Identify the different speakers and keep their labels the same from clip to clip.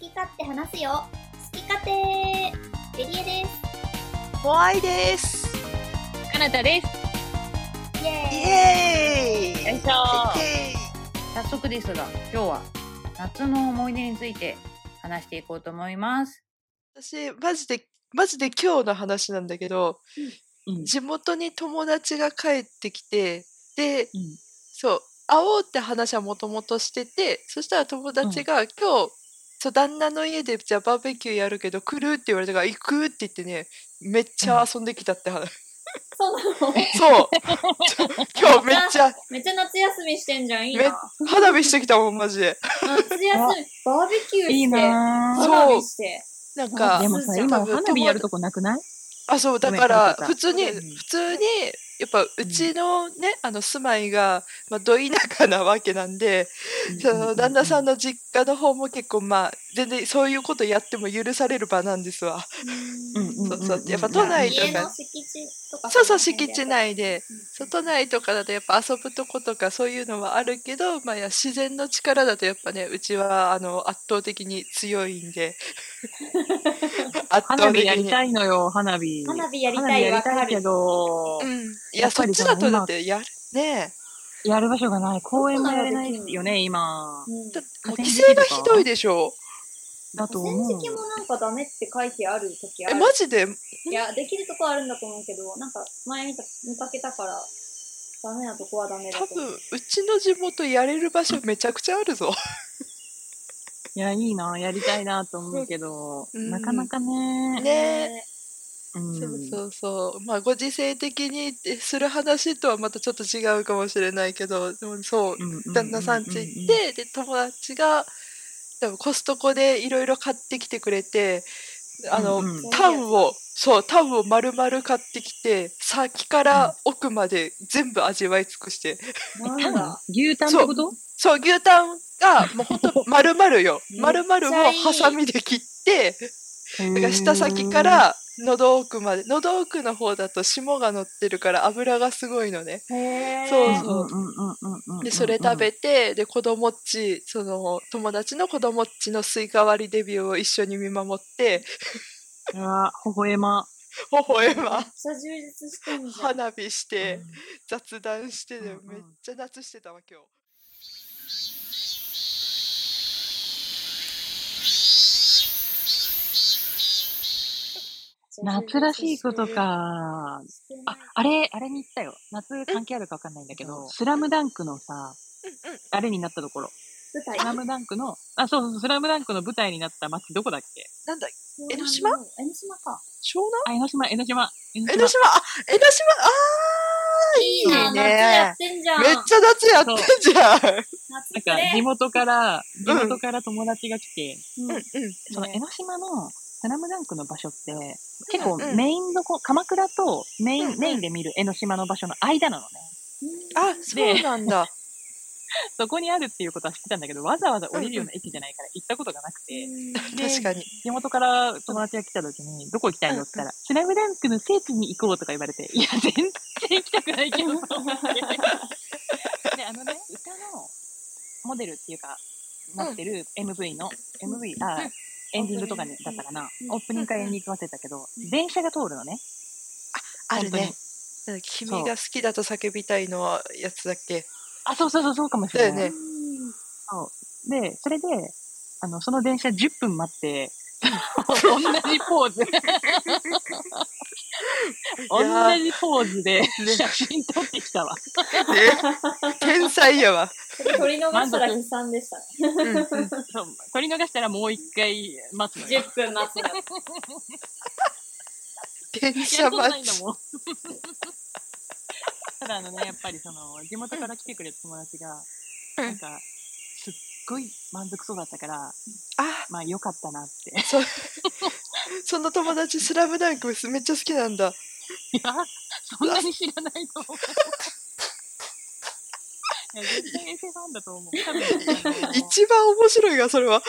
Speaker 1: き勝手話すよ好き勝手ベリエです
Speaker 2: 怖いです。
Speaker 3: かなたです。
Speaker 1: イエ
Speaker 2: イ
Speaker 3: よい
Speaker 1: ーイ
Speaker 2: エーイ。
Speaker 3: しょ
Speaker 2: イエーイ
Speaker 3: 早速ですが、今日は夏の思い出について話していこうと思います。
Speaker 2: 私マジでマジで今日の話なんだけど、
Speaker 3: うん
Speaker 2: 地元に友達が帰ってきてで、
Speaker 3: ん
Speaker 2: そう会おうって話はもともとしててそしたら友達が、今日そう旦那の家でじゃあバーベキューやるけど来るって言われたから行くって言ってねめっちゃ遊んできたって話、
Speaker 1: そうなの
Speaker 2: そうちょ今日めっちゃ
Speaker 1: めっちゃ夏休みしてんじゃんいい
Speaker 2: めっ
Speaker 1: な
Speaker 2: 花火してきたもんマジで
Speaker 1: 夏休みバーベキューして
Speaker 3: な
Speaker 2: ぁ
Speaker 1: 花火して
Speaker 2: なんか
Speaker 4: でも
Speaker 2: そ
Speaker 4: さ、
Speaker 2: う
Speaker 4: 今
Speaker 2: 多分
Speaker 4: 花火やるとこなくない
Speaker 2: あそうだ
Speaker 4: ごめん
Speaker 2: から
Speaker 4: ごめん
Speaker 2: 普通に
Speaker 3: うん
Speaker 2: 普通にやっぱうちのね、あの住まいが、まあ、ど田舎なわけなんで、その旦那さんの実家の方も結構まあ全然そういうことやっても許される場なんですわ。
Speaker 4: うんうん
Speaker 2: そうそう
Speaker 4: うん
Speaker 2: やっぱ都内と
Speaker 1: 家の
Speaker 2: か
Speaker 1: 敷地とか
Speaker 2: そうそう敷地内で
Speaker 1: うん
Speaker 2: そう都内とかだとやっぱ遊ぶとことかそういうのはあるけど、まあ、いや自然の力だとやっぱねうちはあの圧倒的に強いん で圧
Speaker 4: 花火やりたいのよ、花火。
Speaker 1: 花火やり
Speaker 4: 花
Speaker 1: た
Speaker 4: 火
Speaker 1: い
Speaker 4: や
Speaker 1: わ
Speaker 4: り
Speaker 1: か
Speaker 4: たいけ
Speaker 1: る
Speaker 4: ど
Speaker 2: う、ん、い
Speaker 4: や
Speaker 2: や
Speaker 4: っ
Speaker 2: そ
Speaker 4: ぱ
Speaker 2: っ
Speaker 4: り
Speaker 2: ち
Speaker 4: そ
Speaker 2: だ
Speaker 4: の
Speaker 2: とだってやるね
Speaker 4: やる場所がない。公園もやれ
Speaker 1: どこな
Speaker 4: な
Speaker 1: らできんの
Speaker 4: いよね、今。
Speaker 1: うん
Speaker 2: えだもう
Speaker 4: 河川
Speaker 2: 規
Speaker 4: 敷
Speaker 2: 制
Speaker 4: と
Speaker 2: が
Speaker 4: か
Speaker 2: ひどいでしょ
Speaker 4: だと
Speaker 1: 戦
Speaker 4: 思う
Speaker 1: 績。もなんかダメって書いてある時あ
Speaker 2: え
Speaker 1: る
Speaker 2: マジで
Speaker 1: いや、できるとこはあるんだと思うけど、なんか前見た見かけたから、ダメなとこはダメだ
Speaker 2: 多
Speaker 1: と思
Speaker 2: 分
Speaker 1: う。
Speaker 2: うちの地元やれる場所めちゃくちゃあるぞ
Speaker 4: いや、いいな、やりたいなと思うけど、
Speaker 2: うん
Speaker 4: なかなかね。
Speaker 2: ね
Speaker 4: うん
Speaker 2: そうそうそうまあご時世的にする話とはまたちょっと違うかもしれないけどでもそう
Speaker 4: ううう
Speaker 2: 旦那さん家行っ、てで友達が多分コストコでいろいろ買ってきてくれてあの、
Speaker 4: うんうん
Speaker 2: タンをそうタンを丸々買ってきて先から奥まで全部味わい尽くして、
Speaker 1: なん
Speaker 4: タン
Speaker 1: だ。
Speaker 4: 牛タンってこと
Speaker 2: そう牛タンがもうほんと丸々よ
Speaker 1: めっちゃい
Speaker 2: 丸
Speaker 1: い
Speaker 2: 々をハサミで切ってだから舌先か、ら喉奥まで喉奥の方だと霜が乗ってるから油がすごいのね
Speaker 1: へー
Speaker 2: そううんそう
Speaker 4: うんうんうんうんうん
Speaker 2: でそれ食べてで子供っちその友達の子供っちのスイカ割りデビューを一緒に見守って
Speaker 4: うわ、微笑ま。
Speaker 2: 微笑
Speaker 1: めっ
Speaker 2: ま
Speaker 1: ちゃ充実してんじゃん。
Speaker 2: 花火して雑談してで
Speaker 4: うんうん
Speaker 2: めっちゃ夏してたわ今日。
Speaker 4: 夏らしいこと。か。あ、あれ、あれに行ったよ。夏関係あるかわかんないんだけど、スラムダンクのさ、あれになったところ。
Speaker 1: 舞台
Speaker 4: スラムダンクの、あ、そうそうそう、スラムダンクの舞台になった街どこだっけ
Speaker 2: なんだ江ノ
Speaker 1: そ
Speaker 2: 島
Speaker 1: うなんだ江ノ島か。
Speaker 2: 湘
Speaker 4: あ、江ノ島、江ノ島。江
Speaker 2: 南江ノ島あ江ノ島あ
Speaker 1: い
Speaker 2: い
Speaker 1: な、夏やっ
Speaker 2: ね
Speaker 1: てんじゃん。
Speaker 2: ーめっちゃ夏やってんじゃん
Speaker 1: 夏く
Speaker 4: なんか、地
Speaker 1: れ。
Speaker 4: 元から、地
Speaker 2: うん
Speaker 4: 元から友達が来て、
Speaker 1: うん
Speaker 2: うんうん
Speaker 4: その江ノ島のスラムダンクの場所って、結構
Speaker 2: うんうん
Speaker 4: メインのこ、鎌倉とメイン、
Speaker 2: うんうん
Speaker 4: メインで見る江ノ島の場所の間なのね。
Speaker 2: あそうなんだ
Speaker 4: そこにあるっていうことは知ってたんだけど、わざわざ降りるような駅じゃないから行ったことがなくて、で
Speaker 2: 確かに
Speaker 4: 地元から友達が来た時に、どこ行きたいのって言ったら、スラムダンクの聖地に行こうとか言われて、いや、全然行きたくないけど。 で、あのね、歌のモデルっていうか、なってる MV の、MV、あ、エンディングとかにだったかな
Speaker 1: うん。
Speaker 4: オープニングからエンディング忘れたけど、電車が通るのね。
Speaker 2: ある
Speaker 4: 本当に
Speaker 2: ね。うん君が好きだと叫びたいのやつだっけ
Speaker 4: あ、そうそうそう、そうかもしれ
Speaker 2: だ
Speaker 4: な
Speaker 2: よ
Speaker 4: い
Speaker 2: ね。
Speaker 4: で、それで、あの、その電車10分待って、同じポ ーズ。同
Speaker 2: ー
Speaker 4: じポーズで写真撮ってきた わ。
Speaker 2: ね天才やわ、
Speaker 1: それ取り逃したら悲惨でしたね。
Speaker 2: うんうん
Speaker 4: そう撮り逃したらもう一回待つのよ。
Speaker 1: 10分待つの。
Speaker 2: 電
Speaker 4: や
Speaker 2: 車
Speaker 4: ることないん
Speaker 2: 待
Speaker 4: だ
Speaker 2: ち
Speaker 4: もん。 ただあのね、やっぱりその、地元から来てくれた友達が、
Speaker 2: うん
Speaker 4: なんか、すっごい満足そうだったから、
Speaker 2: あ
Speaker 4: まあ良かったなって。
Speaker 2: その友達スラムダンクめっちゃ好きなんだ
Speaker 4: いや、そんなに知らないと思う。いや、絶対エセファンだと思う。多分あの
Speaker 2: 一番面白いがそれは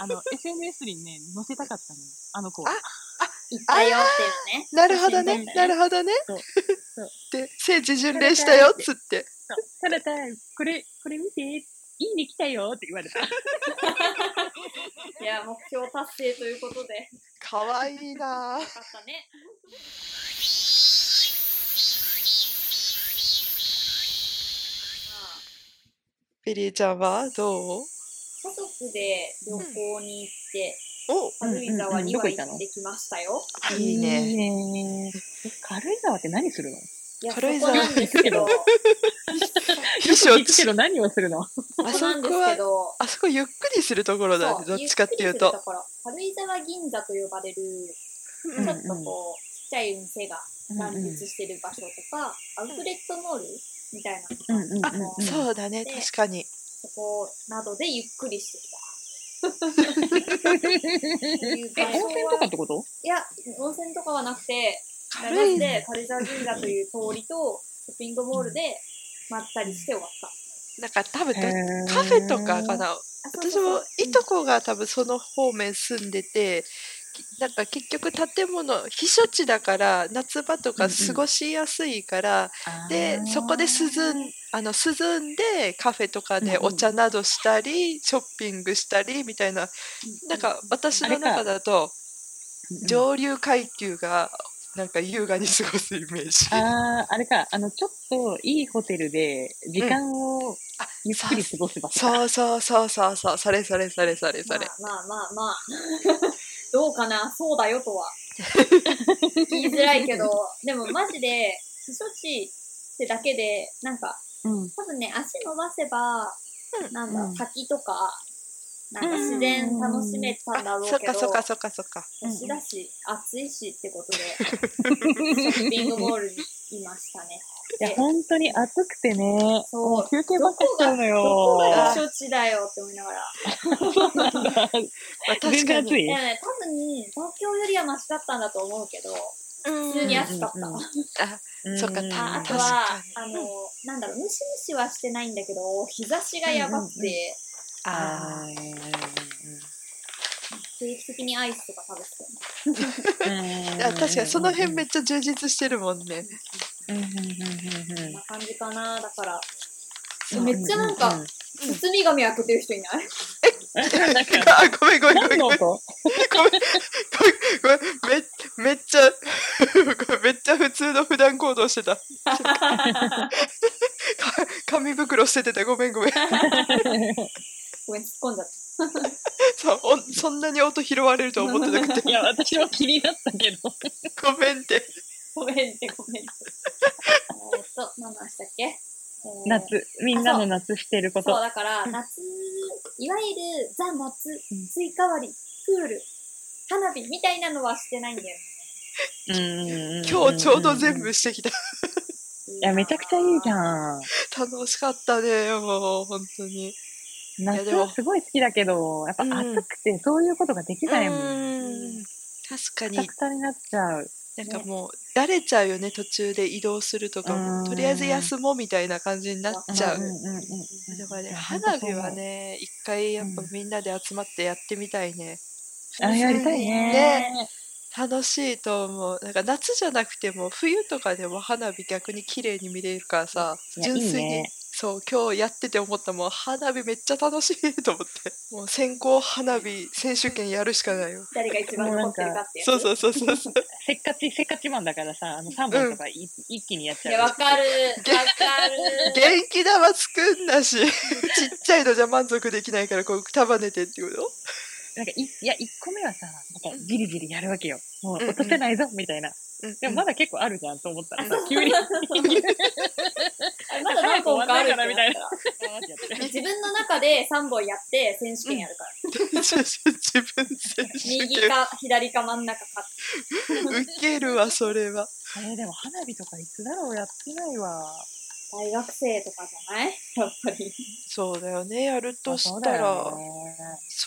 Speaker 4: あの、SNS にね、載せたかったのよ、あの子。
Speaker 2: あ
Speaker 1: 行ったよっていうね。
Speaker 2: なるほどね
Speaker 1: 写真撮った
Speaker 2: な
Speaker 1: よ
Speaker 2: るほどね
Speaker 4: そうそう
Speaker 2: で聖地巡礼したよっつって
Speaker 4: ただたこれ、これ見て、いいね来たよって言われた。
Speaker 1: いやや、目標達成ということで。
Speaker 2: かわいいな
Speaker 1: よかったね。まあ
Speaker 2: ベリーちゃんはどう
Speaker 1: 家族で旅行に行って、
Speaker 2: お
Speaker 4: うん
Speaker 1: 軽井沢
Speaker 4: うんうん
Speaker 1: に
Speaker 4: ど
Speaker 1: は
Speaker 4: こ行ったの
Speaker 1: 行ってきましたよ。
Speaker 2: いいね。
Speaker 4: ねえ軽井沢って何するの
Speaker 1: いや、そ
Speaker 2: 軽井
Speaker 1: こ
Speaker 2: 沢
Speaker 1: なんですけど、
Speaker 2: 秘書
Speaker 4: 聞くけど何をするの
Speaker 1: そこなんですけど、
Speaker 2: あそこゆっくりするところだ
Speaker 1: そ
Speaker 2: ねどっちかっていうと
Speaker 1: ゆくりするころ軽井沢銀座と呼ばれる、
Speaker 2: う
Speaker 1: ち
Speaker 2: ん
Speaker 1: ょっとこう、ちっちゃい店が乱立してる場所とか、アウトレットモールみたいなのが、
Speaker 4: うんうんうん
Speaker 1: あ
Speaker 4: うん
Speaker 1: の
Speaker 2: そうだね
Speaker 1: で
Speaker 2: 確かに
Speaker 1: そこなどでゆっくりしてきた。
Speaker 4: え、
Speaker 1: 温
Speaker 4: 温泉とかってこと
Speaker 1: いや、温泉とかはなくて、
Speaker 2: 軽
Speaker 1: 並ん
Speaker 2: い
Speaker 1: で軽井沢銀座という通りとショッピングモールでまったりして終わった。
Speaker 2: なんか多分どカフェとかかな
Speaker 1: あそう
Speaker 2: 私
Speaker 1: そう
Speaker 2: も
Speaker 1: そう
Speaker 2: いとこが多分その方面住んでてきなんか結局建物避暑地だから夏場と
Speaker 4: う
Speaker 2: か
Speaker 4: んうん
Speaker 2: 過ごしやすいから、でそこで涼んあの涼んでカフェとかで
Speaker 4: うんう
Speaker 2: お
Speaker 4: ん
Speaker 2: 茶などしたり、ショッピングしたりみたいななんか私の中だと上流階級がなんか優雅に過ごすイメージ。
Speaker 4: ああ、あれか、あの、ちょっといいホテルで、時間を
Speaker 2: あ
Speaker 4: ゆっくり過ごす場所。
Speaker 2: そうそうそうそうそうそれそれそれそれそれ、
Speaker 1: まあまあまあまあ。 どうかなそうだよと は。言いづらいけど、でもマジで、避暑地ってだけで、なんか、
Speaker 4: うん。
Speaker 1: 多分ね、足伸ばせば、
Speaker 2: うん
Speaker 1: なんだ、
Speaker 4: うん
Speaker 1: 滝とか、なんか自然楽しめたんだ
Speaker 2: あ
Speaker 1: ろう
Speaker 2: そっ
Speaker 1: けど、
Speaker 2: かそっかそっかそっか
Speaker 1: 年だし、暑いしってことで、ショッピングモールにいましたね。
Speaker 4: いや、本当に暑くてね、
Speaker 1: そう
Speaker 4: も休憩ばっかしちゃうの
Speaker 1: どこが
Speaker 4: よ。
Speaker 1: 避暑地だよって思いながら。
Speaker 2: まあ確
Speaker 4: 全
Speaker 2: か
Speaker 4: 然暑
Speaker 2: に
Speaker 1: い
Speaker 4: い
Speaker 1: やね、多分、東京よりはマシだったんだと思うけど、
Speaker 2: うん
Speaker 1: 普通に暑かった。
Speaker 4: うんうんう
Speaker 2: あ
Speaker 4: ん
Speaker 2: そっか
Speaker 1: ああ
Speaker 2: た
Speaker 1: とは、
Speaker 2: 確
Speaker 1: あの、なんだろう、ムシムシはしてないんだけど、日差しがやばくて、
Speaker 4: うんうんうん
Speaker 2: あー
Speaker 1: 定期的にアイスとか食べてたよね
Speaker 2: いや確かにその辺めっちゃ充実してるもんね。
Speaker 4: うんうんうん
Speaker 1: こ ん
Speaker 4: う
Speaker 1: な感じかな、だから、
Speaker 4: んうん。
Speaker 1: めっちゃなんか
Speaker 4: ううう
Speaker 1: 包み紙開けてる人いない
Speaker 4: なんか、
Speaker 2: あごめんごめんごめ
Speaker 4: 何
Speaker 2: ん
Speaker 4: の
Speaker 2: ごめんご
Speaker 4: 音
Speaker 2: めんめめっちゃ ごめんめっちゃ普通の普段行動してた。か 紙袋捨ててたごめん ごめん。
Speaker 1: ごめん、突っ込んじゃっ
Speaker 2: そうおそんなに音拾われるとは思ってなくて
Speaker 4: いや、私も気になったけど。
Speaker 2: ごめんって。
Speaker 1: た。ごめんって、ごめんって。 えーっと、何の話だっけ、えー
Speaker 4: 夏、みんなの夏してるこ
Speaker 1: そう、
Speaker 4: と。
Speaker 1: だから、夏、いわゆるザ・夏、スイカ割り、プール、花火みたいなのはしてないんだよね。
Speaker 4: 今
Speaker 2: 今日ちょうど全部してきた。
Speaker 1: い
Speaker 4: いや、めちゃくちゃいいじ
Speaker 1: ん。
Speaker 4: ゃん。
Speaker 2: 楽しかったねもう本当に。や
Speaker 4: 夏
Speaker 2: でも
Speaker 4: はすごい好きだけど、やっぱ
Speaker 2: うん
Speaker 4: 暑くてそういうことができないもん。
Speaker 2: うん確か
Speaker 4: くた
Speaker 2: に
Speaker 4: くたになっちゃう。
Speaker 2: なんかもうだれちゃうよね途中で移動するとかも
Speaker 4: うん
Speaker 2: とりあえず休もうみたいな感じになっちゃう。
Speaker 4: んうんうんうん
Speaker 2: だからね、
Speaker 4: いや
Speaker 2: 花火は。ね、一回やっぱ
Speaker 4: うん
Speaker 2: みんなで集まってやってみたいね。
Speaker 4: あ、やりたいね。
Speaker 2: ね楽しいと思う。なんか夏じゃなくても、冬とかでも花火逆に綺麗に見れるからさ、
Speaker 4: いや
Speaker 2: 純粋
Speaker 4: いい
Speaker 2: に。
Speaker 4: ね
Speaker 2: そう、今日やってて思ったもん、花火めっちゃ楽しいと思って。もう先行花火選手権やるしかないよ。
Speaker 1: 誰が一番残ってるかってやつ
Speaker 2: そうそうそうそうそう。
Speaker 4: せっかち、せっかちマンだからさ、あの3本とかい一気にやっ
Speaker 1: い
Speaker 4: ち
Speaker 1: や、
Speaker 4: ゃ
Speaker 1: わ
Speaker 4: う。
Speaker 1: かる。わかる。
Speaker 2: 元気玉作んなし、ちっ ちゃいのじゃ満足できないから、こう束ねてってこと
Speaker 4: なんかい、いや、1個目はさ、なんかじりじりやるわけよ。もう落とせないぞ、みたいな。でもまだ結構あるじゃんと思ったらさ、 急に。
Speaker 1: あれまだ何本かあるってなったら
Speaker 4: 早く終わんないかな
Speaker 1: 自分の中で3本やって選手権やるから。
Speaker 2: 自分選手
Speaker 1: 右
Speaker 2: 権
Speaker 1: か左か真ん中か。
Speaker 2: 受けるわそれは
Speaker 4: えーでも花火とかいつだろうやってないわ。
Speaker 1: 大学生とかじゃないやっぱり。
Speaker 2: そうだよねやるとし
Speaker 4: まあ
Speaker 2: たらそ,、
Speaker 4: そうだよね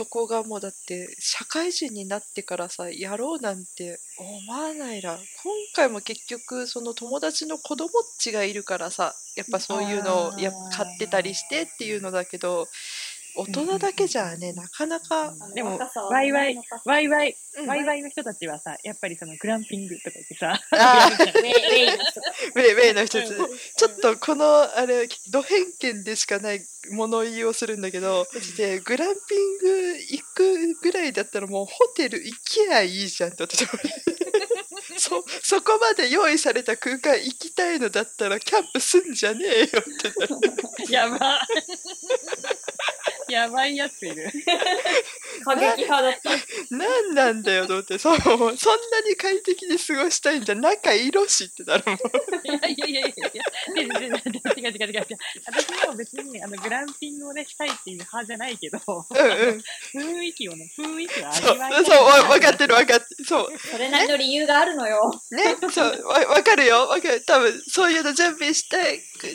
Speaker 2: こがもうだって社会人になってからさやろうなんて思わないら今回も結局その友達の子供っちがいるからさやっぱそういうのをやっぱ買ってたりしてっていうのだけど大人だけじゃねなかなか
Speaker 1: あの
Speaker 4: でも
Speaker 1: 若さは
Speaker 4: ワイワイ
Speaker 1: ないのか
Speaker 4: ワイワイ、
Speaker 2: うん
Speaker 4: ワイワイの人たちはさ、やっぱりそのグランピングとか言っ てさ、
Speaker 2: あー
Speaker 1: ウェイウェイの人か。
Speaker 2: ウェイウェイの一つ
Speaker 4: うん
Speaker 2: ちょっとこのあれド偏見でしかない物言いをするんだけど、マジでグランピング行くぐらいいだったらもうホテル行きゃいいじゃんって私は そそこまで用意された空間行きたいのだったらキャンプすんじゃねえよってなる
Speaker 4: や ば。やばいやついる。
Speaker 1: 過激派だった。
Speaker 2: 何なんだよと思ってそうそんなに快適に過ごしたいんじゃ仲色しってなる もん
Speaker 4: いやいやいやいやいや、違う違う違う違う違う違う。私も別にあのグランピングをね、したいっていう派じゃないけど、
Speaker 2: うんうん
Speaker 4: 雰囲気をね、雰囲気を味
Speaker 2: そうそう
Speaker 4: わいたい
Speaker 2: わ分かってる分かってるそう
Speaker 1: それなりの理由があるのよ。
Speaker 2: ね、そう、わ、わかるよ、わかる、多分、そういうの準備して、く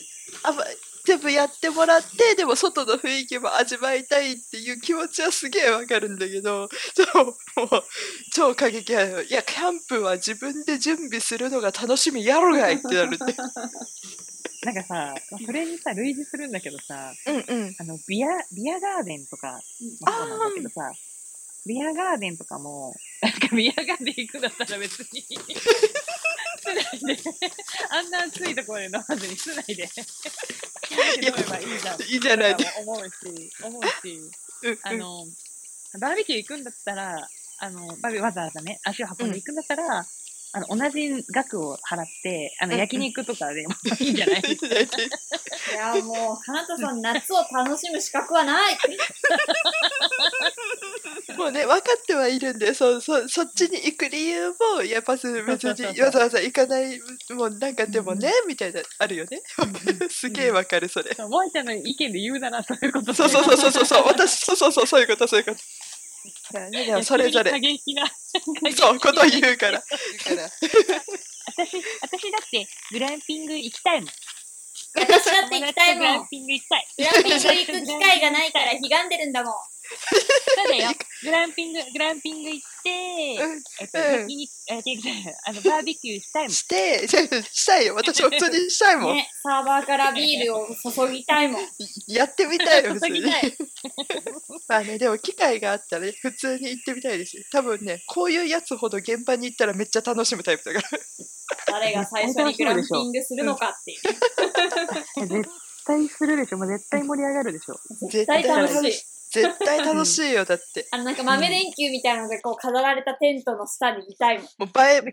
Speaker 2: あま、全部やってもらって、でも外の雰囲気も味わいたいっていう気持ちはすげえわかるんだけど、そう、もう、超過激派よ。いや、キャンプは自分で準備するのが楽しみやろがいってなるって。
Speaker 4: なんかさ、それにさ、類似するんだけどさ、
Speaker 2: うんうん。
Speaker 4: あの、ビア、ビアガーデンとかもそうなんだけどさ、ビアガーデンとかも、なんかビアガーデン行くんだったら別に、 室内で、あんな暑いところで飲まずに室内で、飲めばいいじゃん。
Speaker 2: いいじゃない
Speaker 4: と
Speaker 2: で
Speaker 4: か も思うし、思うし、
Speaker 2: うん
Speaker 4: あの、バーベキュー行くんだったら、あの、バーベわざわざね、足を運んで行くんだったら、あの、同じ額を払って、あ
Speaker 2: う
Speaker 4: の、
Speaker 2: んうん
Speaker 4: 焼肉とかでもいいんじゃない
Speaker 2: うん。いいじゃないで
Speaker 1: いやもう、花田さん、夏を楽しむ資格は ない。
Speaker 2: もうね、分かってはいるんで、そう、そう、そっちに行く理由も、やっぱ別
Speaker 4: そうそうそう
Speaker 2: に
Speaker 4: そう
Speaker 2: わざわざ行かない、もうなんかでもね、みたいな、あるよね。 すげえわかる、それ。
Speaker 4: そう萌えちゃんの意見で言うならそういうこと
Speaker 2: そうそう
Speaker 4: う。
Speaker 2: そうそうそうそう、私、そうそうそう、そういうこと、そういうこと。いやそれぞ
Speaker 4: 急
Speaker 2: れ、
Speaker 4: に過激な。
Speaker 2: そう、ことを言うから。
Speaker 5: 私、私だってグランピング行きたいもん。
Speaker 1: 私だって行きたい
Speaker 5: グラ
Speaker 1: もん
Speaker 5: ン。ピング行きたい。
Speaker 1: グランピング行く機会がないから、ひがんでるんだもん。
Speaker 5: そう だよ。グランピング、グランピング行って、えっと、
Speaker 2: うん
Speaker 5: 焼肉、え焼肉じゃないあの、バーベキューしたいもん。
Speaker 2: して、 したいよ、私、本当にしたいもん。
Speaker 1: ね、サーバーからビールを注ぎたいもん。
Speaker 2: やってみたいよ、普通に
Speaker 1: 注ぎ。たい。
Speaker 2: まあね、でも、機会があったら、普通に行ってみたいですよ。多分ね、こういうやつほど現場に行ったらめっちゃ楽しむタイプだから。
Speaker 1: 誰が最初にグランピングするのかっていう。
Speaker 5: 絶対するでしょ。もう絶対盛り上がるでしょ。
Speaker 1: 絶対楽しい。
Speaker 2: 絶対楽しいよ、だって。
Speaker 1: あの、なんか豆電球みたいなので、こう、飾られたテントの下にいたいもん。
Speaker 2: もう映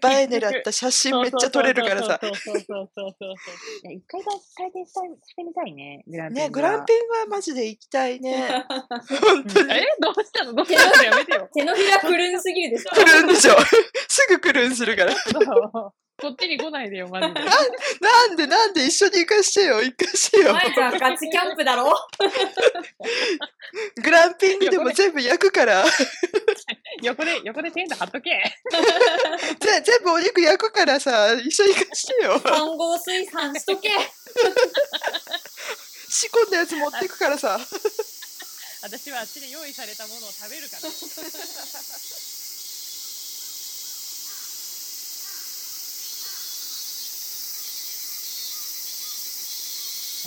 Speaker 2: え、映え狙った写真めっちゃ撮れるからさ。
Speaker 4: そうそうそうそうそう
Speaker 5: いや、一回だ体験したい、してみたいね。グランピングは。
Speaker 2: ね、グランピングはマジで行きたいね。本当
Speaker 4: そう
Speaker 2: に。
Speaker 4: えどうしたのどうし たのやめてよ。
Speaker 1: 手のひらくるんすぎるでしょ。
Speaker 2: くるんでしょ すぐくるんするから。
Speaker 4: そうこっちに来ないでよ、マ ジで。
Speaker 2: なんでなんで一緒に行かしてよ行かしてよ
Speaker 1: まえちゃんガチキャンプだろ
Speaker 2: グランピングでも全部焼くからぜ
Speaker 4: 横で、横でテント張っとけ。
Speaker 2: 全部お肉焼くからさ一緒に行かしてよ
Speaker 1: 半合炊飯しとけ
Speaker 2: 仕込んだやつ持ってくからさ
Speaker 4: 私はあっちで用意されたものを食べるから。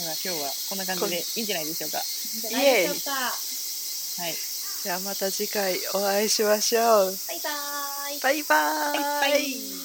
Speaker 4: では今日はこんな感じでいいんじゃないでしょうか。
Speaker 1: じゃないでしょうか。
Speaker 4: はい。
Speaker 2: じゃあまた次回お会いしましょう
Speaker 1: バイバーイ。
Speaker 2: バイバーイ
Speaker 4: バイバイ